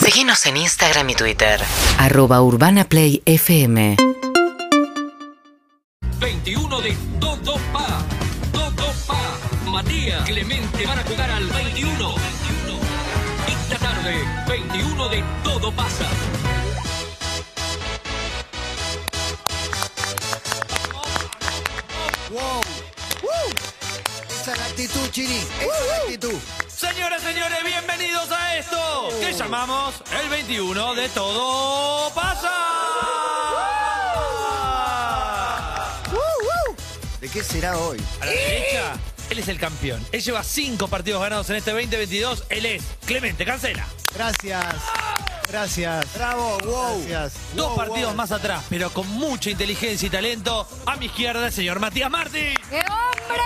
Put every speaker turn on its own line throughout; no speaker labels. Seguinos en Instagram y Twitter.
Arroba Urbana Play FM.
21 de Todo Pa. Todo Pa. Matías Clemente van a jugar al 21. Esta tarde, 21 de Todo pasa.
Wow. Woo. Esa es la actitud, Chini. Esa es la actitud.
Señores, señores, bienvenidos a esto que llamamos el 21 de Todo Pasa.
Woo, woo. ¿De qué será hoy?
A la derecha, él es el campeón. Él lleva cinco partidos ganados en este 2022. Él es Clemente Cancela.
Gracias. Gracias.
Bravo, wow.
Gracias.
Dos partidos más atrás, pero con mucha inteligencia y talento. A mi izquierda, el señor Matías Martí. ¡Uh!
¡Qué hombre!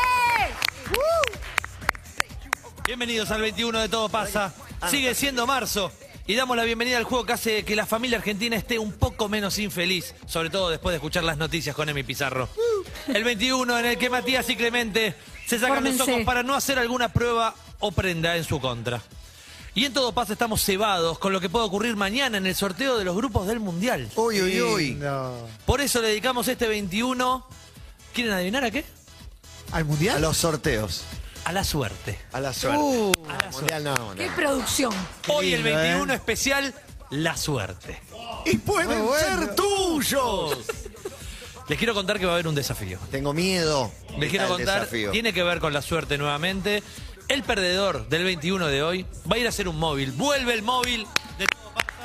Bienvenidos al 21 de Todo Pasa. Sigue siendo marzo. Y damos la bienvenida al juego que hace que la familia argentina esté un poco menos infeliz, sobre todo después de escuchar las noticias con Emi Pizarro. El 21 en el que Matías y Clemente se sacan los
Fórmense.
ojos para no hacer alguna prueba o prenda en su contra. Y en todo pasa estamos cebados con lo que puede ocurrir mañana en el sorteo de los grupos del Mundial.
Uy, uy, uy.
Lindo.
Por eso le dedicamos este 21. ¿Quieren adivinar a qué?
¿Al
A
mundial?
los sorteos.
A la suerte.
A la suerte.
Uh.
A la mundial no,
¡Qué
no.
producción!
Hoy el
lindo, ¿eh?
21 especial, la suerte.
Y pueden
Muy bueno.
ser tuyos.
Les quiero contar que va a haber un desafío.
Tengo miedo.
Les
Está
quiero
el
contar,
desafío.
tiene que ver con la suerte nuevamente. El perdedor del 21 de hoy va a ir a hacer un móvil. Vuelve el móvil. de-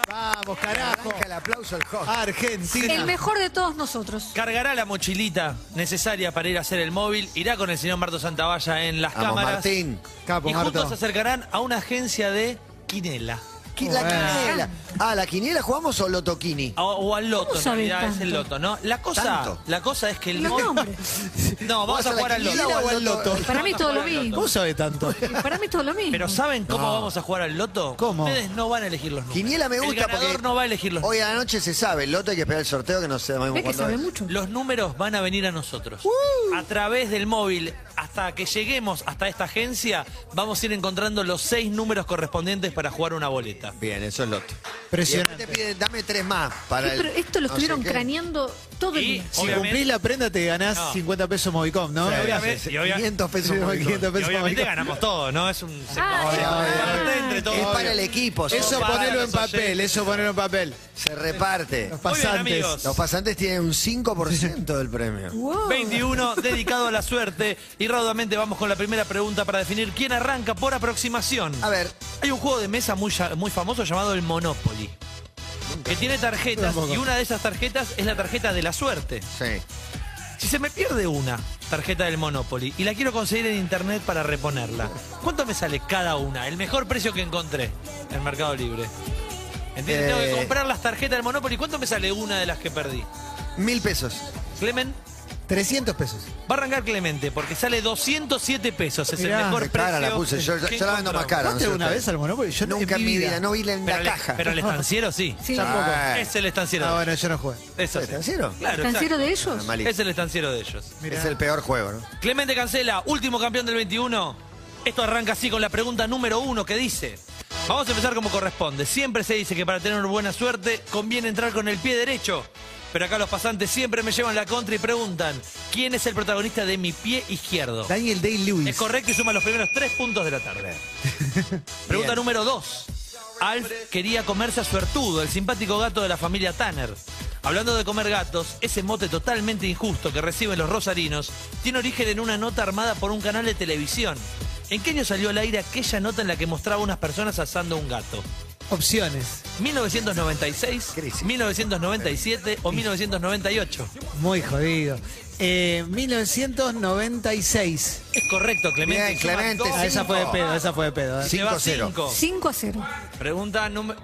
Vamos, carajo.
Arranca el aplauso al host.
El
Argentina.
mejor de todos nosotros.
Cargará la mochilita necesaria para ir a hacer el móvil. Irá con el señor Marto Santavalla en las
Vamos,
cámaras.
Martín.
Capo,
y juntos se
Marto.
acercarán a una agencia de quinela.
Qui- La
Bueno.
quiniela. Ah, ¿la quiniela jugamos o Lotoquini?
O, o al loto, en
¿Cómo sabés
realidad es el
tanto?
loto, ¿no? La cosa,
¿Tanto?
la cosa es que el
Los
móvil-
nombres.
No, vamos
¿Vas
a
a la
jugar al loto.
quiniela o al loto?
Para mí
Vamos a
todo lo
jugar al loto.
mismo.
¿Cómo sabe tanto?
Para mí todo lo mismo.
Pero ¿saben cómo vamos a jugar al loto?
¿Cómo?
Ustedes no van a elegir los números.
Quiniela me gusta
El ganador
porque
no va a elegir los números.
Hoy a la noche se sabe. El loto hay que esperar el sorteo que no sabemos
Ve que
cuándo
sabe
es.
mucho.
Los números van a venir a nosotros. A través del móvil, hasta que lleguemos hasta esta agencia, vamos a ir encontrando los seis números correspondientes para jugar una boleta.
Bien, eso es loto. Y
Impresionante.
después te piden, dame tres más para
Sí,
el-
pero esto lo
no sé
estuvieron
qué.
craneando todo el
Y-
día.
Si
Obviamente-
cumplís la prenda te ganás
No.
50 pesos Movicom, ¿no?
Sí,
obviamente- y obvia-
500 pesos. por el
500
gol.
Y
pesos
obviamente
Movicom.
ganamos todo, ¿no? Es un se-
Ah,
se-
es
parte
verdad.
entre todos.
Es para el equipo.
Eso
son-
para
ponelo en
los
papel,
oyentes.
eso ponelo en papel.
se reparte.
Los
Muy bien,
pasantes.
amigos.
Los pasantes tienen un 5% del premio.
Wow.
21 dedicado a la suerte y raudamente vamos con la primera pregunta para definir quién arranca por aproximación.
A ver,
Hay un juego de mesa muy, ya- muy famoso llamado el Monopoly, que tiene tarjetas
Tampoco.
y una de esas tarjetas es la tarjeta de la suerte.
sí.
Si se me pierde una tarjeta del Monopoly y la quiero conseguir en internet para reponerla, ¿cuánto me sale cada una? El mejor precio que encontré en Mercado Libre. ¿Entiendes? Tengo que
Eh.
comprar las tarjetas del Monopoly. ¿Cuánto me sale una de las que perdí?
Mil pesos.
Clemen,
300 pesos.
va a arrancar Clemente porque sale 207 pesos. Es el
Mirá,
mejor
qué
precio.
cara la puse. Yo- yo-
que
yo la vendo más
encontramos.
cara. no
¿Fuiste
sé
una
ustedes.
vez al Monopoly? Yo
Nunca en mi vida, no vi la, en
Pero,
la
le-
caja.
pero el estanciero sí.
Sí.
Ah,
Es el estanciero.
Ah, bueno, yo no jugué.
Eso sí.
¿Estanciero?
Claro,
¿Estanciero de
Ah,
ellos?
malísimo.
exacto. Es el estanciero de ellos.
Mirá.
Es el peor juego, ¿no?
Clemente Cancela, último campeón del 21. Esto arranca así con la pregunta número uno que dice. Vamos a empezar como corresponde. Siempre se dice que para tener buena suerte conviene entrar con el pie derecho. Pero acá los pasantes siempre me llevan la contra y preguntan, ¿quién es el protagonista de mi pie izquierdo?
Daniel Day-Lewis.
Es correcto y suma los primeros tres puntos de la tarde. Pregunta número dos. Alf quería comerse a Suertudo, el simpático gato de la familia Tanner. Hablando de comer gatos, ese mote totalmente injusto que reciben los rosarinos tiene origen en una nota armada por un canal de televisión. ¿En qué año salió al aire aquella nota en la que mostraba unas personas asando un gato?
Opciones.
¿1996, 1997 o 1998?
Muy jodido. Eh, 1996.
Es correcto, Clemente.
Bien,
Suma
Clemente,
dos
Ah, esa fue de
puntos.
pedo, esa fue de pedo. eh.
Se va
5-0.
cinco.
5 a 0.
Pregunta, número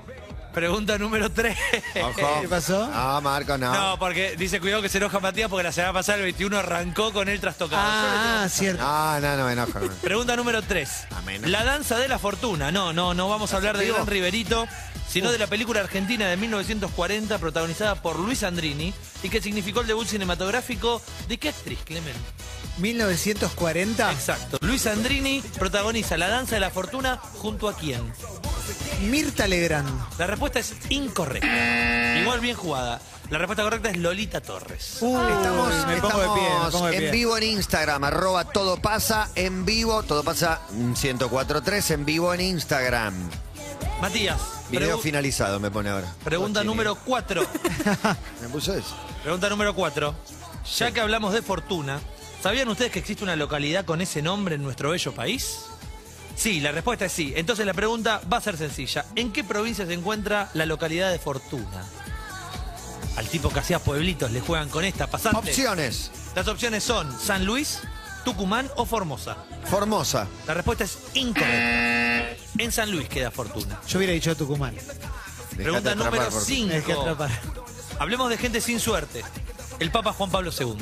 pregunta número 3.
Ojo.
¿Qué pasó?
No, Marco, no.
No, porque dice cuidado que se enoja Matías porque la semana pasada el 21 arrancó con él trastocado.
Ah, ah, cierto.
No, no, no me enojo. no.
Pregunta número 3.
Amén.
La danza de la fortuna. No, no, no vamos a hablar de
sentido?
Gran Riverito, sino de la película argentina de 1940 protagonizada por Luis Andrini y que significó el debut cinematográfico de qué actriz, Clemen.
1940. Ah.
Exacto. Luis Andrini protagoniza La danza de la fortuna junto a quién?
Mirta Legrand.
La respuesta es incorrecta. Igual bien jugada. La respuesta correcta es Lolita Torres.
Uh, Estamos,
Ah. me pongo de pie, me
estamos
pongo de
en
pie.
vivo en Instagram, arroba todo pasa en vivo, todo pasa mm, 1043 en vivo en Instagram.
Matías,
Video
pregu-
finalizado me pone ahora.
pregunta
Contini.
número 4.
¿Me puso eso?
Pregunta número 4. Ya que hablamos de fortuna, ¿sabían ustedes que existe una localidad con ese nombre en nuestro bello país? Sí, la respuesta es sí. Entonces la pregunta va a ser sencilla. ¿En qué provincia se encuentra la localidad de Fortuna? Al tipo que hacía pueblitos le juegan con esta pasante.
Opciones.
Las opciones son San Luis, Tucumán o Formosa.
Formosa.
La respuesta es incorrecta. En San Luis queda Fortuna.
Yo hubiera dicho Tucumán.
Dejate
Pregunta
atrapar
número
por-
Dejate
5.
atrapar.
Hablemos de gente sin suerte. El Papa Juan Pablo II.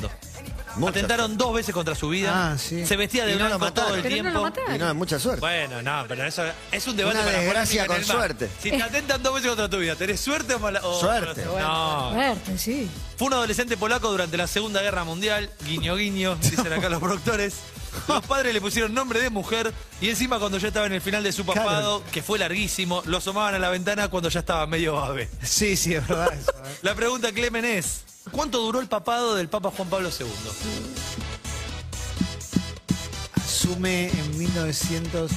Mucha
Atentaron dos veces contra su vida.
Ah, sí.
Se vestía de
Y no lo
blanco todo el
mataron.
Pero
tiempo.
no lo mataron.
Y no, mucha suerte.
Bueno, no, pero eso es un debate
Una
para
desgracia
política
con
en el bar.
suerte.
Si te atentan dos veces contra tu vida, ¿tenés suerte o mala? o-
Suerte. Ah.
No.
Fuerte, sí.
Fue un adolescente polaco durante la Segunda Guerra Mundial. Guiño, guiño, dicen acá los productores. Los padres le pusieron nombre de mujer y encima cuando ya estaba en el final de su papado, que fue larguísimo, lo asomaban a la ventana cuando ya estaba medio babe.
Sí, sí, es verdad eso. ¿eh?
La pregunta, Clemen, es: ¿cuánto duró el papado del Papa Juan Pablo II?
Asume en 1900.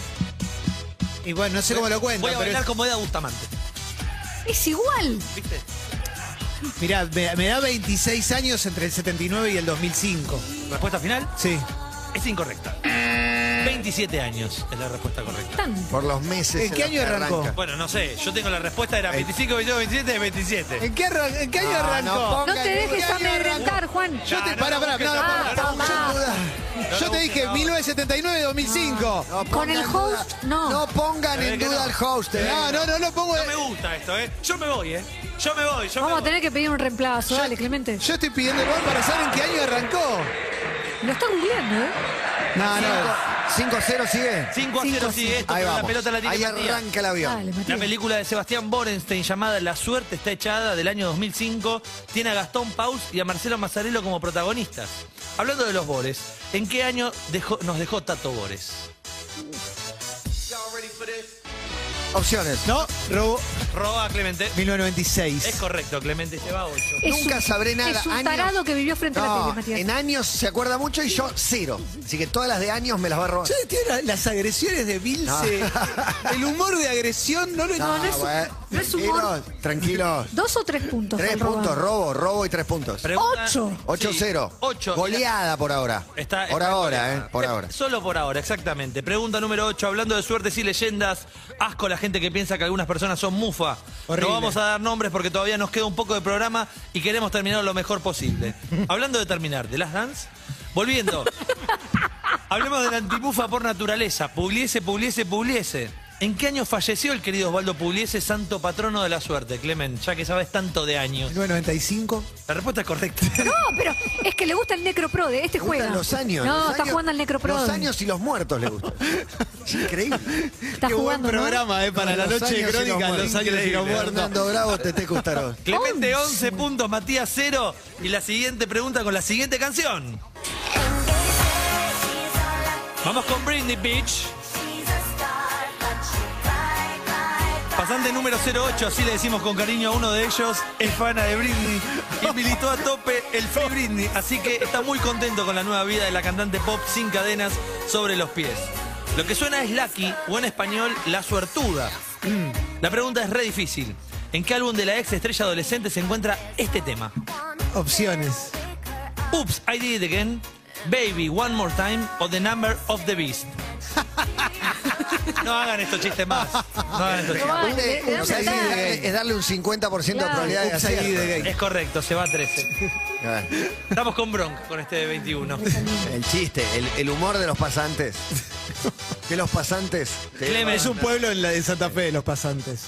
Y bueno, no sé cómo lo cuento,
Voy a
pero.
bailar como Eda Bustamante.
Es igual.
¿Viste?
Mirá, me, me da 26 años entre el 79 y el 2005.
Respuesta final
Sí.
es incorrecta. 27 años es la respuesta correcta.
Tan.
Por los meses.
¿En qué
los
año
que
arrancó?
arranca.
Bueno, no sé, yo tengo la respuesta,
Eh,
era 25, 22, 27, es 27.
¿En qué, arran- en qué año
No,
arrancó?
no
No
Ponga
te
el-
dejes
¿Qué año
amedrentar, Juan.
Yo te,
No, no,
pará, pará,
no,
no,
no,
pará,
no,
pará,
no,
mucha
no.
duda.
No,
Yo
no,
te dije
no.
1979 2005.
No
Con
pongan
el
en
host,
duda-
no.
No pongan
Se ve
en
que
duda
no.
al host. eh.
No, no, no lo pongo.
No me gusta esto, ¿eh? Yo me voy, ¿eh? Yo me voy, yo
Vamos a
me voy.
tener que pedir un reemplazo. Dale, Clemente.
Yo estoy pidiendo el gol para saber en qué año arrancó.
Lo está googleando, ¿eh?
No, no.
5-0 sigue.
5 a 0 sigue esto,
Ahí
pero la
vamos.
pelota la tiene
Ahí
Matías.
arranca el avión.
Dale,
La
Matías.
película de Sebastián Borenstein llamada La suerte está echada del año 2005 tiene a Gastón Paus y a Marcelo Mazzarello como protagonistas. Hablando de los Bores, ¿en qué año dejó- nos dejó Tato Bores?
Opciones.
No, robo
Roba Clemente. Es
1996.
correcto, Clemente lleva 8.
Es
Nunca
un-
sabré nada.
Es un
Años-
tarado que vivió frente a la
No,
tele, Matías.
en años se acuerda mucho y yo cero. Así que todas las de años me las va a robar.
Ustedes tienen la- las agresiones de Vilce. El humor de agresión no
no
lo
es un-
Ah, bueno,
no es humor.
tranquilos, tranquilos.
Dos o tres puntos.
Tres
fue el
puntos, robo,
robo.
robo y tres puntos.
Ocho.
8-0.
8.
Goleada por ahora.
Está,
por
está
ahora,
goleada.
¿eh? Por ahora.
Solo por ahora, exactamente. Pregunta número 8. Hablando de suertes y leyendas, asco la gente que piensa que algunas personas son mufa.
Horrible.
No vamos a dar nombres porque todavía nos queda un poco de programa y queremos terminar lo mejor posible. Hablando de terminar, ¿de las Dance? Volviendo. Hablemos de la antimufa por naturaleza. Pugliese, Pugliese, Pugliese. ¿En qué año falleció el querido Osvaldo Pugliese, santo patrono de la suerte, Clemen? Ya que sabes tanto de años.
1995.
La respuesta es correcta.
No, pero es que le gusta el Necroprode. Este
Le
juega.
gustan Los años.
No,
los
está
años-
jugando al Necroprode.
Los años y los muertos le gustan. Es increíble.
Está
Qué buen
jugando, ¿no?
programa, eh, para
Los
la noche de
años y los
crónica,
muertos.
los años y los
Increíble.
muertos.
Fernando Bravo, te te gustaron.
Clemente 11 puntos, Matías 0. Y la siguiente pregunta con la siguiente canción. Vamos con Britney Beach. Pasante número 08, así le decimos con cariño a uno de ellos, es fana de Britney y militó a tope el Free Britney, así que está muy contento con la nueva vida de la cantante pop sin cadenas sobre los pies. Lo que suena es Lucky, o en español, La Suertuda. Mm. La pregunta es re difícil. ¿En qué álbum de la ex estrella adolescente se encuentra este tema?
Opciones.
Oops, I Did It Again, Baby, One More Time o The Number of the Beast. No hagan estos chistes más. No hagan estos chistes.
Un-
Ay, Ah, le- le
un-
dan
es
verdad.
darle- es darle un 50% de
Claro.
probabilidad de
Ups, ahí
acierto.
de gay.
Es correcto, se va a 13.
Ah,
Estamos con bronca con este de 21.
El chiste, el, el humor de los pasantes. Que los pasantes. te-
Clemen.
Es un pueblo en, la, en Santa Fe de los pasantes.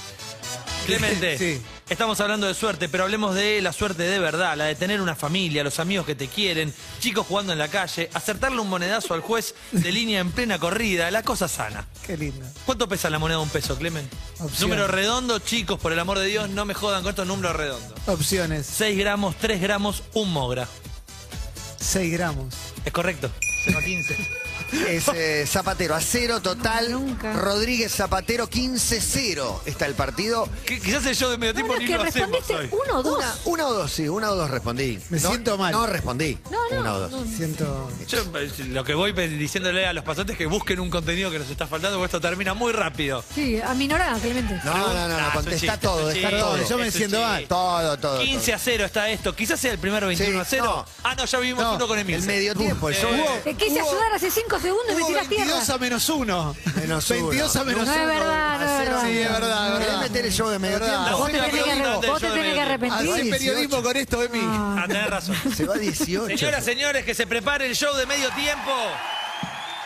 Clemente,
Sí.
estamos hablando de suerte, pero hablemos de la suerte de verdad, la de tener una familia, los amigos que te quieren, chicos jugando en la calle, acertarle un monedazo al juez de línea en plena corrida, la cosa sana.
Qué lindo.
¿Cuánto pesa la moneda de un peso, Clemen?
Opción.
Número redondo, chicos, por el amor de Dios, no me jodan con estos números redondos.
Opciones.
6 gramos, 3 gramos, 1 mogra.
6 gramos.
¿Es correcto? 0 a 15.
Es eh, Zapatero, a cero total.
No, nunca.
Rodríguez Zapatero, 15-0. Está el partido.
Que quizás el show de medio tiempo
No, no,
ni
que
lo hacemos
respondiste
hoy.
uno o dos.
Una, una o dos, sí, una o dos respondí.
Me
No-
siento mal.
No respondí.
No, no,
Una o dos.
no.
Siento.
Yo eh, lo que voy pe- diciéndole a los pasantes que busquen un contenido que nos está faltando, porque esto termina muy rápido.
Sí, a minorada, Clemente.
No, no, no, no,
Ah, es un
contestá
chiste,
todo,
es un
dejá
chiste,
todo.
es
Yo me
un
siento
chiste.
mal.
Todo, todo.
15 a 0 está esto. Quizás sea el primero 21 a
Sí,
0.
no.
Ah, no, ya vimos
todo.
uno con Emil.
El medio tiempo, el
Eh,
show.
Te quise
Hubo-
ayudar hace cinco segundos y me
Hubo
tiras tierra.
22 a menos 1.
Menos uno.
22 a menos
No
1.
es verdad, no es verdad.
Sí, es verdad, es
Querés
verdad.
meter el show de medio
Es verdad.
tiempo.
Vos te
Una
tenés que
pregunta
arrepentir.
del
Vos te
show de
tenés
medio
que
tiempo.
arrepentir.
Hace
18.
periodismo con esto, Emi.
Ah, tenés razón.
Se va 18.
Señoras, señores, que se prepare el show de medio tiempo.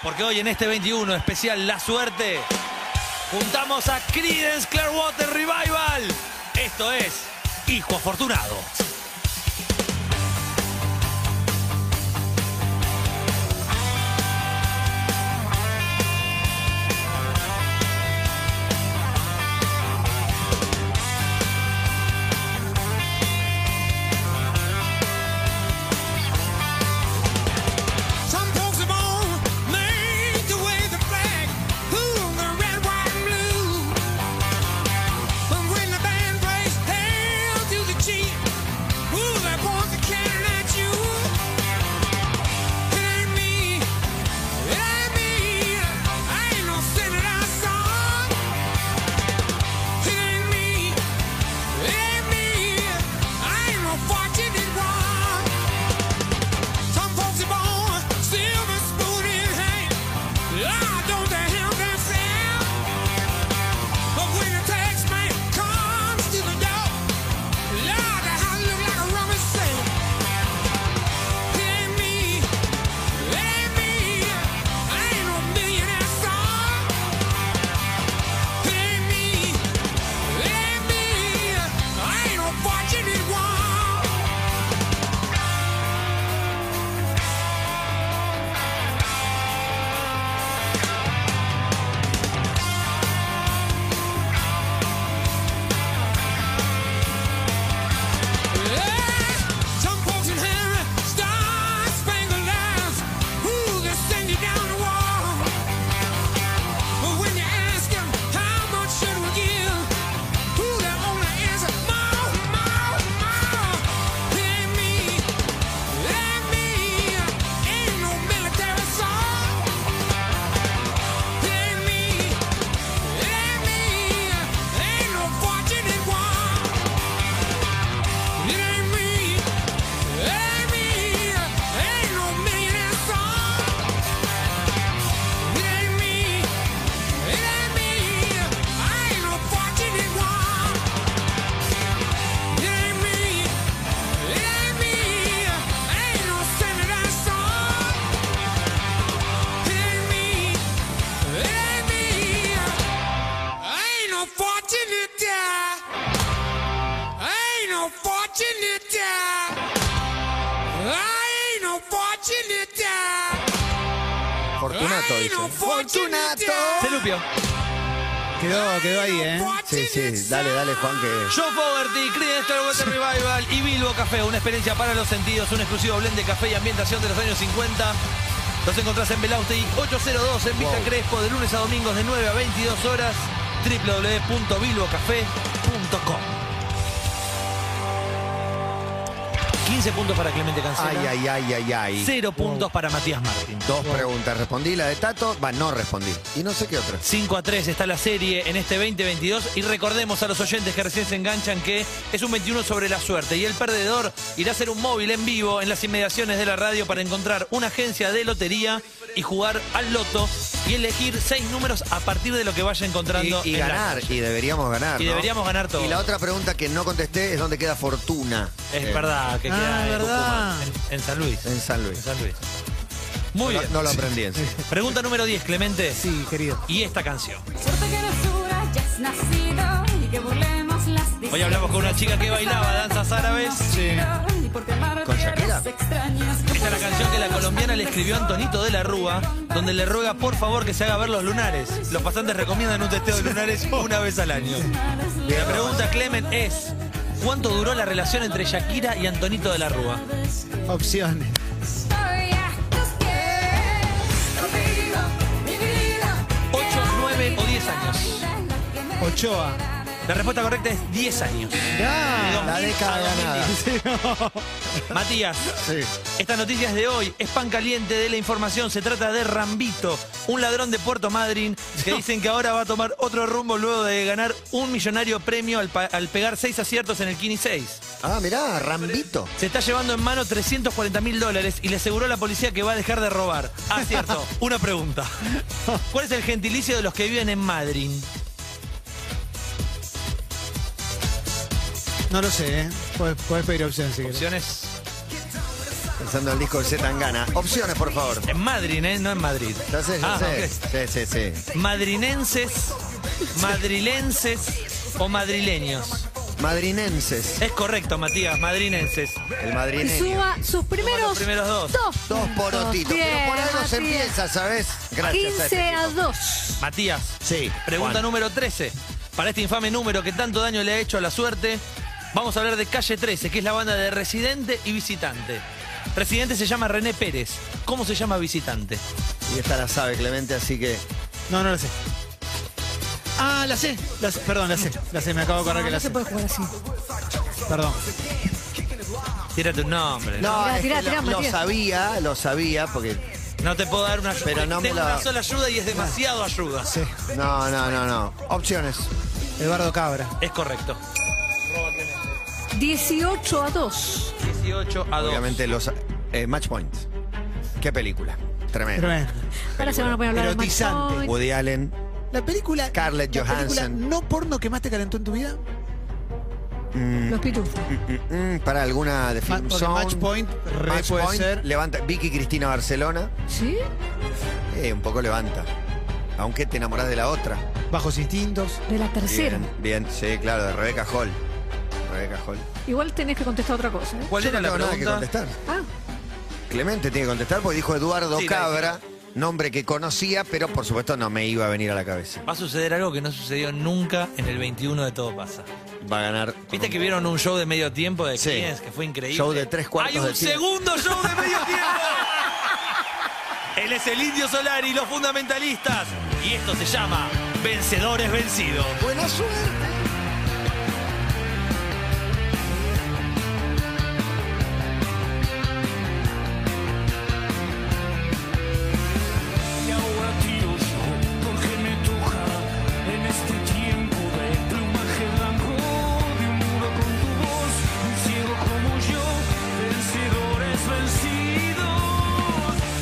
Porque hoy en este 21 especial La Suerte juntamos a Creedence Clearwater Revival. Esto es Hijo Afortunado.
Some folks are born made to wave the flag, blue, the red, white, and blue. But when the band plays "Hail to the Chief," ooh, they point the cannon at you. It ain't me, it ain't me. I ain't no sinner I saw. It ain't me, it ain't me. I ain't no fortunate one. Some folks are born silver spoon in hand. Ah, don't they help themselves? But when the tax man comes to the door, Lord, the house look like a rubber stamp. It ain't me, it ain't me. I ain't no millionaire son. It ain't me, it ain't me. I ain't no fortunate one. Some folks in Harry Star Spangled Lives Who they send you down the wall But when you ask them how much should we give Who they only answer more, more, more Than me, than me Ain't no military song Than me, than me Ain't no fortunate one it ain't me, it ain't me, ain't no millionaire song. It ain't me, it ain't me, I ain't no fortunate one. It ain't me, it ain't me, ain't no senator song. It ain't me, it ain't me, I ain't no fortunate guy. I ain't no fortunate guy. I ain't no fortunate guy.
Fortunato,
I ain't
dice.
no fortunate
Se
guy.
lupió.
Quedó, quedó ahí, ¿eh?
Sí, sí, dale, dale, Juan, que.
Joe Fogerty, Creedence Clearwater Revival y Bilbo Café, una experiencia para los sentidos, un exclusivo blend de café y ambientación de los años 50. Los encontrás en Belausti 802 en Vista Crespo de lunes a domingos de 9 a 22 horas www.bilbocafé.com 15 puntos para Clemente
Ay,
Cancela,
ay, ay, ay, ay.
0 puntos para Matías Martín.
Dos preguntas. Respondí la de Tato. Va, no respondí. Y no sé qué otra.
5 a 3 está la serie en este 2022 y recordemos a los oyentes que recién se enganchan que es un 21 sobre la suerte y el perdedor irá a hacer un móvil en vivo en las inmediaciones de la radio para encontrar una agencia de lotería y jugar al loto y elegir seis números a partir de lo que vaya
Y,
encontrando
y
en la
ganar,
calle.
y deberíamos ganar.
Y
¿no?
deberíamos ganar todo.
Y la otra pregunta que no contesté es dónde queda Fortuna.
Es
Eh,
verdad que
Ah,
queda en
verdad.
Tucumán, en, en San Luis.
En San Luis.
En San Luis. Muy
No,
bien.
no lo aprendí en sí.
Pregunta número 10, Clemente.
Sí, querido.
Y esta canción.
Suerte que basura ya has nacido y que burlemos las
Hoy hablamos con una chica que bailaba danzas árabes.
¿Con Shakira? Esta
Esta es la canción que la colombiana le escribió a Antonito de la Rúa, donde le ruega por favor que se haga ver los lunares. Los pasantes recomiendan un testeo de lunares una vez al año. La pregunta, Clemen, es: ¿cuánto duró la relación entre Shakira y Antonito de la Rúa?
Opciones.
Estoy a tus pies, tu
10 años.
Ochoa.
La respuesta correcta es 10 años. Ah,
Ya.
La década ganada.
Matías,
Sí.
Estas noticias de hoy es pan caliente de la información. Se trata de Rambito, un ladrón de Puerto Madryn que dicen que ahora va a tomar otro rumbo luego de ganar un millonario premio al, pa- al pegar seis aciertos en el Kini 6.
Ah, mirá, Rambito.
Se está llevando en mano 340 mil dólares y le aseguró a la policía que va a dejar de robar. Ah, cierto. Una pregunta. ¿Cuál es el gentilicio de los que viven en Madryn?
No lo sé, ¿eh? Podés, podés pedir opción si querés.
Opciones.
Pensando en el disco de Z Tangana. Opciones, por favor.
En Madryn, ¿eh? No en Madrid.
Ya sé, ya
Ah,
sé.
ok.
Sí, sí, sí.
Madrinenses, madrilenses o madrileños.
Madrinenses.
Es correcto, Matías, madrinenses.
El
Y
madrileño.
suma sus primeros,
los primeros dos.
Dos
puntos.
porotitos. Pero por
Bien,
algo se
Matías.
empieza, ¿sabes? Gracias. a este
15 a
equipo.
2.
Matías,
Sí.
pregunta
Juan.
número 13. Para este infame número que tanto daño le ha hecho a la suerte, vamos a hablar de Calle 13, que es la banda de Residente y Visitante. Residente se llama René Pérez. ¿Cómo se llama Visitante?
Y esta la sabe Clemente, así que.
No, no la sé. Ah, la sé. La sé. Perdón, la sé. La sé, me acabo de acordar que
No
la
se
sé.
puede jugar así.
Perdón.
Tírate un nombre. No,
No,
Tirá,
es que
tirá,
lo-
tirá,
lo,
Matías.
sabía, lo sabía, porque.
te puedo dar una ayuda.
Pero no me
Tengo
la-
una sola ayuda y es demasiado ayuda.
Sí.
No, no, no, no. Opciones.
Eduardo Cabra.
Es correcto.
18 a 2.
18 a 2.
Obviamente los. eh, Match Point. Qué película. Tremendo.
Tremendo.
Ahora se van a poner a hablar de
Erotizante.
Match Point.
Woody Allen.
La película.
Scarlett
la película
Johansson.
no porno que más te calentó en tu vida.
Los pitufos.
Mm, mm, para alguna de
Ma-
Film
porque
Zone.
Match Point, re
Match
puede
Point,
ser.
Levanta. Vicky Cristina Barcelona.
¿Sí?
Eh, un poco levanta. Aunque te enamorás de la otra.
Bajos instintos.
De la tercera.
Bien, bien, sí, claro, de Rebeca Hall. Rebeca Hall.
Igual tenés que contestar otra cosa. ¿eh?
¿Cuál
Yo
era
no
la
tengo nada que
pregunta?
contestar.
Ah,
Clemente tiene que contestar porque dijo Eduardo
Sí, la
Cabra, nombre que conocía, pero por supuesto no me iba a venir a la cabeza.
Va a suceder algo que no sucedió nunca en el 21 de Todo Pasa.
Va a ganar.
¿Viste que vieron un show de medio tiempo de
Sí.
Kines que fue increíble?
Show de tres cuartos
¡Hay un
de tiempo.
segundo show de medio tiempo! Él es el Indio Solari, los fundamentalistas. Y esto se llama Vencedores Vencidos.
Buena suerte.
Y ahora tiro yo, porque me toca en este tiempo de plumaje blanco, de un muro con tu voz, un ciego como yo, vencedores vencidos.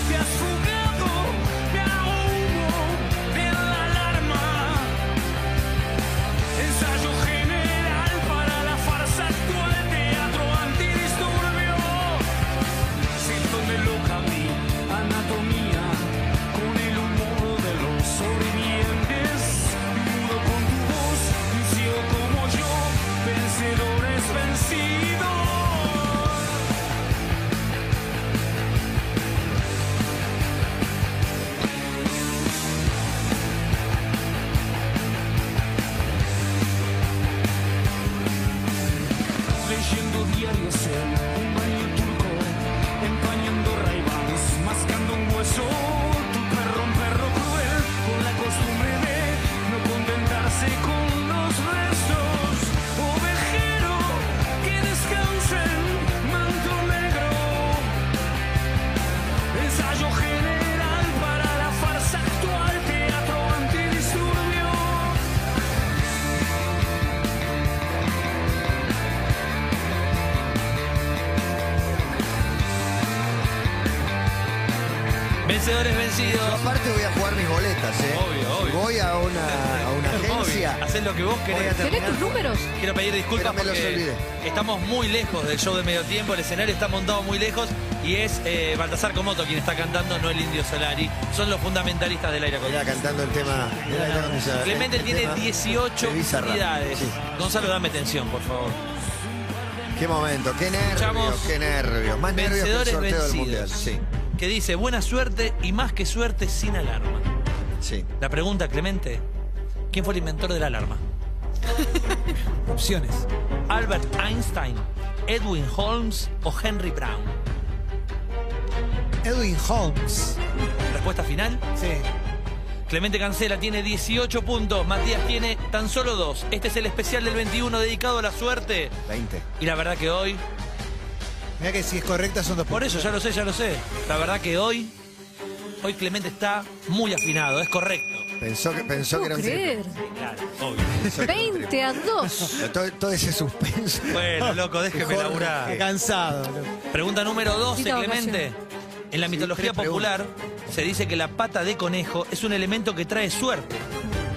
Te has fugado, me ahogo de la alarma. Ensayo general para la farsa actual, teatro antidisturbio. Síntomas de loca mi anatomía Con el humor de los sobrevivientes Mudo con tu voz, un ciego como yo Vencedores vencidos Leyendo diarios en un baño turco, empañando raivans, mascando un hueso. Tu perro, un perro cruel, con la costumbre de no contentarse con los restos. Ovejero, que descansen, manto negro. Ensayo general para la farsa actual, teatro antidisturbio.
Vencedores
Yo
Vencidos.
aparte voy a jugar mis boletas, ¿eh?
Obvio, obvio.
Si voy a una, a una agencia.
Bobby, Hacés lo que vos
Voy a
querés.
tener-
¿Tenés tus números?
Quiero pedir disculpas
Pero me los
porque
olvidé.
estamos muy lejos del show de medio tiempo, el escenario está montado muy lejos y es eh, Baltasar Comoto quien está cantando, no el Indio Solari. Son los fundamentalistas del aire
Mirá,
acondicionado.
cantando el tema. mirá, ahí tengo mis-
Clemente
el
tiene
Este tema
18
de Bizarrap.
unidades.
Sí.
Gonzalo, dame atención, por favor.
Qué momento, qué nervios,
Escuchamos
qué nervios. Más nervios que el
Vencedores
sorteo del mundial.
vencidos.
Sí,
Que dice, buena suerte y más que suerte sin alarma.
sí.
La pregunta, Clemente, ¿quién fue el inventor de la alarma?
Opciones.
¿Albert Einstein, Edwin Holmes o Henry Brown?
Edwin Holmes.
Respuesta final.
Sí.
Clemente Cancela tiene 18 puntos, Matías tiene tan solo 2. Este es el especial del 21 dedicado a la suerte.
20.
Y la verdad que hoy,
Mirá que si es correcta son dos
por eso ya lo sé, ya lo sé. La verdad que hoy, hoy Clemente está muy afinado, es correcto.
Pensó que, pensó que era
puedo
un
creer.
Claro, obvio.
triple.
20 a 2.
Todo, todo ese suspenso.
Bueno, loco, déjeme laburar.
Está cansado. loco.
Pregunta número 12,
Necesita
Clemente. En la mitología
tres preguntas.
popular se dice que la pata de conejo es un elemento que trae suerte.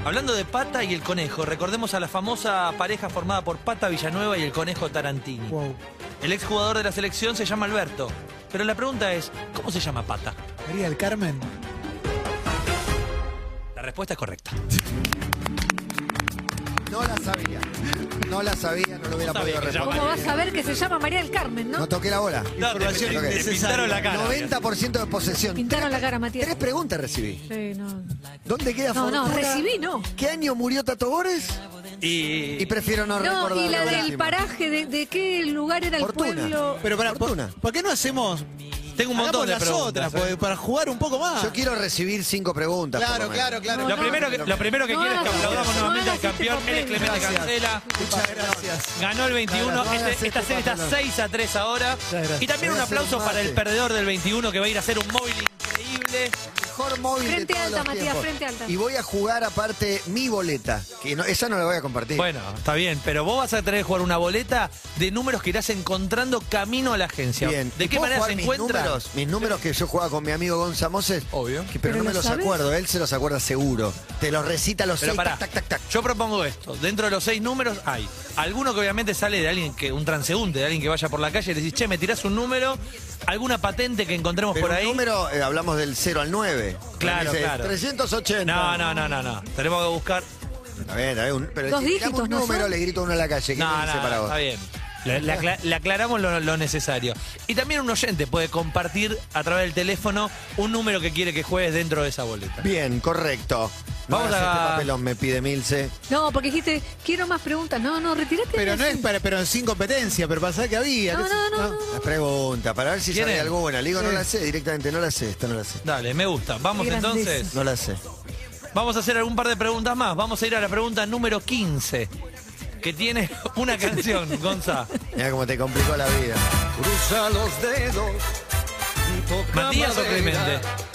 Hablando de pata y el conejo, recordemos a la famosa pareja formada por Pata Villanueva y el conejo Tarantini.
Wow.
El exjugador de la selección se llama Alberto. Pero la pregunta es, ¿cómo se llama Pata?
María del Carmen.
La respuesta es correcta.
No la sabía. No la sabía, no lo hubiera
Sabía
podido
que
responder.
¿Cómo vas a ver que se llama María del Carmen, no?
No toqué la bola.
No, te,
Información
te- te
innecesaria.
pintaron la cara.
90% de posesión.
Pintaron la cara,
Tres
Matías.
preguntas recibí.
Sí, no.
¿Dónde queda
No, no,
Fortuna?
recibí, no.
¿Qué año murió Tato Bores?
Y,
Y prefiero no, recordar.
No, y la del
última.
paraje, de, de qué lugar era el
Fortuna.
pueblo.
Pero para,
Fortuna.
¿por, por qué no hacemos
tengo un montón
hagamos
de
las
preguntas.
otras? pues.
¿eh?
porque Para jugar un poco más.
Yo quiero recibir cinco preguntas. por
Claro,
lo menos.
claro, claro.
No,
Lo
no.
primero que, lo primero que
No,
quiero es que
no,
aplaudamos
no,
nuevamente
no,
al
no,
campeón.
no,
Él es Clemente
gracias.
Cancela.
Muchas gracias.
Ganó el 21.
Gracias.
Este- esta serie está 6 a 3 ahora.
gracias.
Y también un
Voy a hacer
aplauso
un
para el
mate.
perdedor del 21 que va a ir a hacer un móvil increíble.
Mejor móvil de
Frente
todos
alta,
los
Matías,
tiempos.
frente alta.
Y voy a jugar aparte mi boleta. Que no- esa no la voy a compartir.
Bueno, está bien, pero vos vas a tener que jugar una boleta de números que irás encontrando camino a la agencia.
Bien. ¿Y
¿De qué
puedo
manera
jugar
se
mis
encuentran?
números? Mis números que yo jugaba con mi amigo Gonza Moses.
Obvio.
que- pero,
¿Pero
no me
lo
los
sabes?
acuerdo. Él se los acuerda seguro. Te los recita los
Pero
seis.
pará,
Tac, tac, tac, tac.
yo propongo esto. Dentro de los seis números hay alguno que obviamente sale de alguien que, un transeúnte, de alguien que vaya por la calle y le decís, che, me tirás un número, alguna patente que encontremos
Pero
por
un
ahí.
número, eh, hablamos del 0 al 9.
Claro,
Dice,
claro.
380.
No, no, no, no, no. Tenemos que buscar.
Está bien, está bien. un- pero
Dos
si tiramos
dígitos,
un
¿no
número,
son?
le grito uno a la calle. ¿Qué me
No,
dice
no,
para
no,
vos?
está bien. Le, le acla- le aclaramos lo, lo necesario. Y también un oyente puede compartir a través del teléfono un número que quiere que juegues dentro de esa boleta.
Bien, correcto. No
Vamos
hagas
a-
este papelón, me pide Milce.
No, porque dijiste, quiero más preguntas. No, no, retirate.
Pero no
de
es
ahí.
para, pero sin competencia, pero pensaba que había.
No,
qué sé-
no, no, no.
Las preguntas, para ver si
¿Quieren?
sale alguna. Le digo, no
Sí.
la sé, directamente no la sé, esta no la sé.
Dale, me gusta. Vamos
Qué grandeza.
entonces.
No la sé.
Vamos a hacer algún par de preguntas más. Vamos a ir a la pregunta número 15, que tiene una canción, Gonza.
Mira cómo te complicó la vida.
Cruza los dedos.
Matías o Clemente.
No,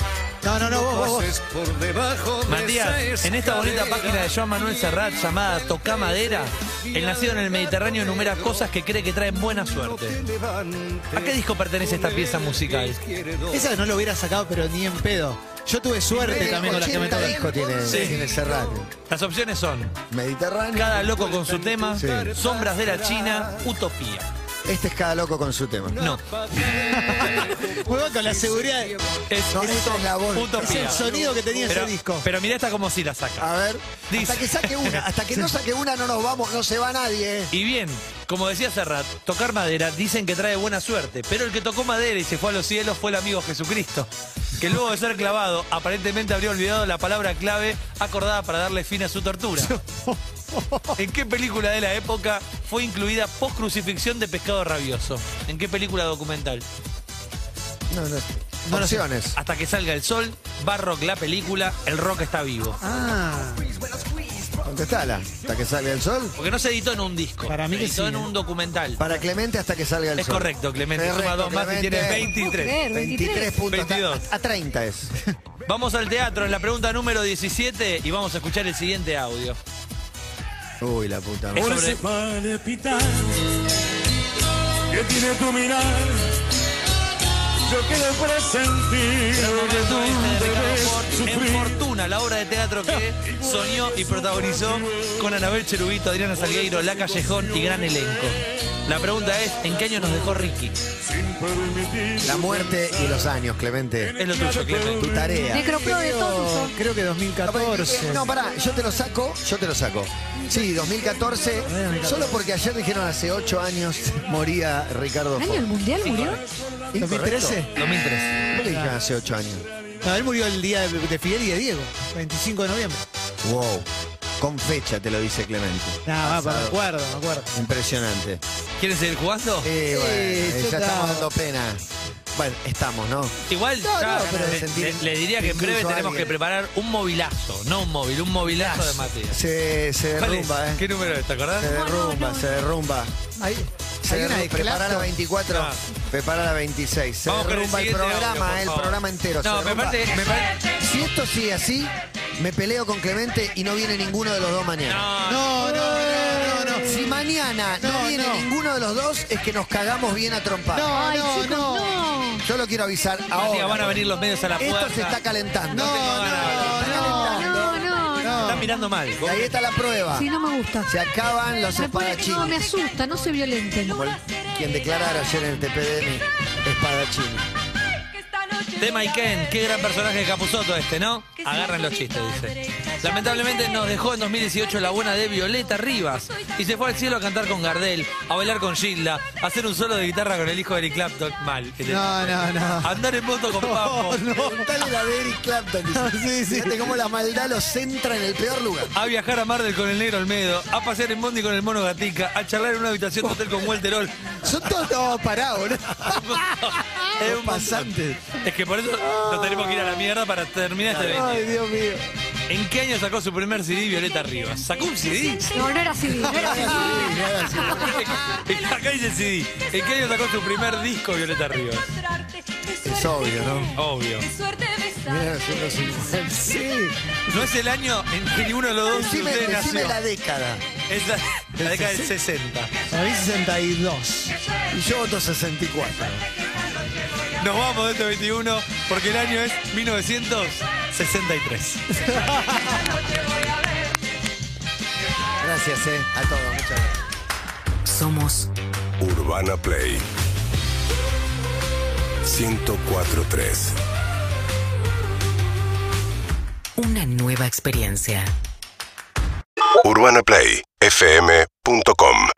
Ah,
no, no, vos, vos, vos.
por debajo
Matías, en esta bonita página de Joan Manuel Serrat llamada Tocá Madera, el nacido en el Mediterráneo enumera cosas que cree que traen buena suerte. ¿A qué disco pertenece esta pieza musical?
Esa no lo hubiera sacado, pero ni en pedo. Yo tuve suerte
Este
también con la que me
80
tocó.
discos tiene,
Sí.
tiene Serrat.
Las opciones son
Mediterráneo.
Cada loco con su tema,
Sí.
Sombras de la China, Utopía.
Este es cada loco con su tema.
No,
Juega con la seguridad.
es,
No,
es
esta es la voz.
Es
Utopía.
el sonido que tenía
Pero,
ese disco.
pero mirá esta como si la saca.
A ver,
Dice-
hasta que saque una, hasta que no saque una no nos vamos, no se va nadie. eh.
Y bien, como decía Serrat, tocar madera dicen que trae buena suerte, pero el que tocó madera y se fue a los cielos fue el amigo Jesucristo, que luego de ser clavado, aparentemente habría olvidado la palabra clave acordada para darle fin a su tortura. ¿En qué película de la época fue incluida post-crucifixión de pescado rabioso? ¿En qué película documental?
No, no.
No lo sé.
Opciones.
Hasta que salga el sol, Barrock la película, el rock está vivo.
Ah,
Contestala. Hasta que salga el sol.
Porque no se editó en un disco,
Para mí
se
que
editó
sí,
en
¿eh?
un documental.
Para Clemente hasta que salga el
Es
sol.
correcto, Clemente. Suma
Correcto,
dos más y
Clemente.
tienes
¿Puedo
23.
creer?
23 puntos.
22.
A, a 30 es.
Vamos al teatro en la pregunta número 17 y vamos a escuchar el siguiente audio.
Uy, la puta
Es
madre.
sobre-
que tiene tu mirar. Yo quiero presentir que tú debes
este en
sufrir.
Fortuna, la obra de teatro que soñó y protagonizó con Anabel Cherubito, Adriana Salgueiro, La Callejón y gran elenco. La pregunta es, ¿en qué año nos dejó Ricky?
La muerte y los años, Clemente.
Es lo tuyo, Clemente.
Tu tarea.
Necropro de todo.
creo que
Eh,
2014.
No, pará, yo te lo saco, yo te lo saco. Sí, 2014, solo porque ayer dijeron hace 8 años moría Ricardo
¿El año del
Ford.
mundial murió?
¿2013?
2013.
2003.
¿Por qué dijeron hace 8 años?
No, él murió el día de, de Fidel y de Diego, 25 de noviembre.
Wow, con fecha te lo dice Clemente.
Nada,
Pasado.
me acuerdo, me acuerdo.
Impresionante.
¿Quieren seguir jugando?
Eh, bueno,
Sí,
ya estamos
yo estaba-
dando pena. Bueno, estamos, ¿no?
Igual
No,
ya
no, pero
le,
sentir
le- le diría que en breve
incluso a
tenemos
alguien.
que preparar un movilazo, no un móvil, un movilazo de Matías.
Se, se
¿Cuál es?
derrumba,
¿Qué
¿eh?
número es? ¿Te
Se
acordás?
derrumba, se derrumba.
Hay,
Se
hay una de
derrumba. Prepara la
Clapton.
24,
Ah.
prepara la 26. Se
Vamos con el
derrumba el,
siguiente audio,
programa,
por
el
favor.
programa entero. se
No, me
derrumba.
parece, me parece.
Si esto sigue así, me peleo con Clemente y no viene ninguno de los dos mañana.
No,
No, no, no, no, no.
Si mañana no,
No,
viene
no.
ninguno de los dos, es que nos cagamos bien a trompar.
No,
Ay,
no,
chicos,
no.
no.
Yo lo quiero avisar
Matías,
ahora.
van a venir los medios a la puerta.
Esto se está calentando.
No,
tengo ganas.
no,
No,
no.
no, no.
Están mirando mal.
Y ahí está la prueba.
Sí, no me gusta.
Se acaban los
Me pone-
espadachines.
no, me asusta, no se violenten.
Como el- quien declarara ayer en el TPDN espadachín.
Tema y Ken, qué gran personaje de Capuzoto este, ¿no? Agarran los chistes, dice. Lamentablemente nos dejó en 2018 la buena de Violeta Rivas y se fue al cielo a cantar con Gardel, a bailar con Gilda, a hacer un solo de guitarra con el hijo de Eric Clapton. Mal.
No, no, no.
Andar en moto con Papo.
Dale la de Eric Clapton. dice. Fíjate cómo la maldad los centra en el peor lugar.
A viajar a Mar del con el negro Olmedo, a pasear en Bondi con el mono Gatica, a charlar en una habitación de hotel con Walter Ol.
Son todos no, pará, boludo.
Es
Los
un montón.
pasantes.
Es que por eso nos tenemos que ir a la mierda para terminar este
Ay,
20.
Dios mío.
¿En qué año sacó su primer CD Violeta Rivas? ¿Sacó un CD?
No, no era así, no era así.
Acá dice CD. ¿En qué año sacó su primer disco Violeta Rivas?
Es obvio, ¿no?
Obvio.
Mira, son los 50.
Sí.
No es el año en que ninguno de los dos de
Decime,
ustedes
decime
nació.
la década.
Es la, la década del 60.
A mí 62.
Y yo voto 64.
Nos vamos de este 21 porque el año es 1963.
Gracias, eh, a todos. Muchas gracias.
Somos
Urbana Play 1043
una nueva experiencia.
UrbanaPlayFM.com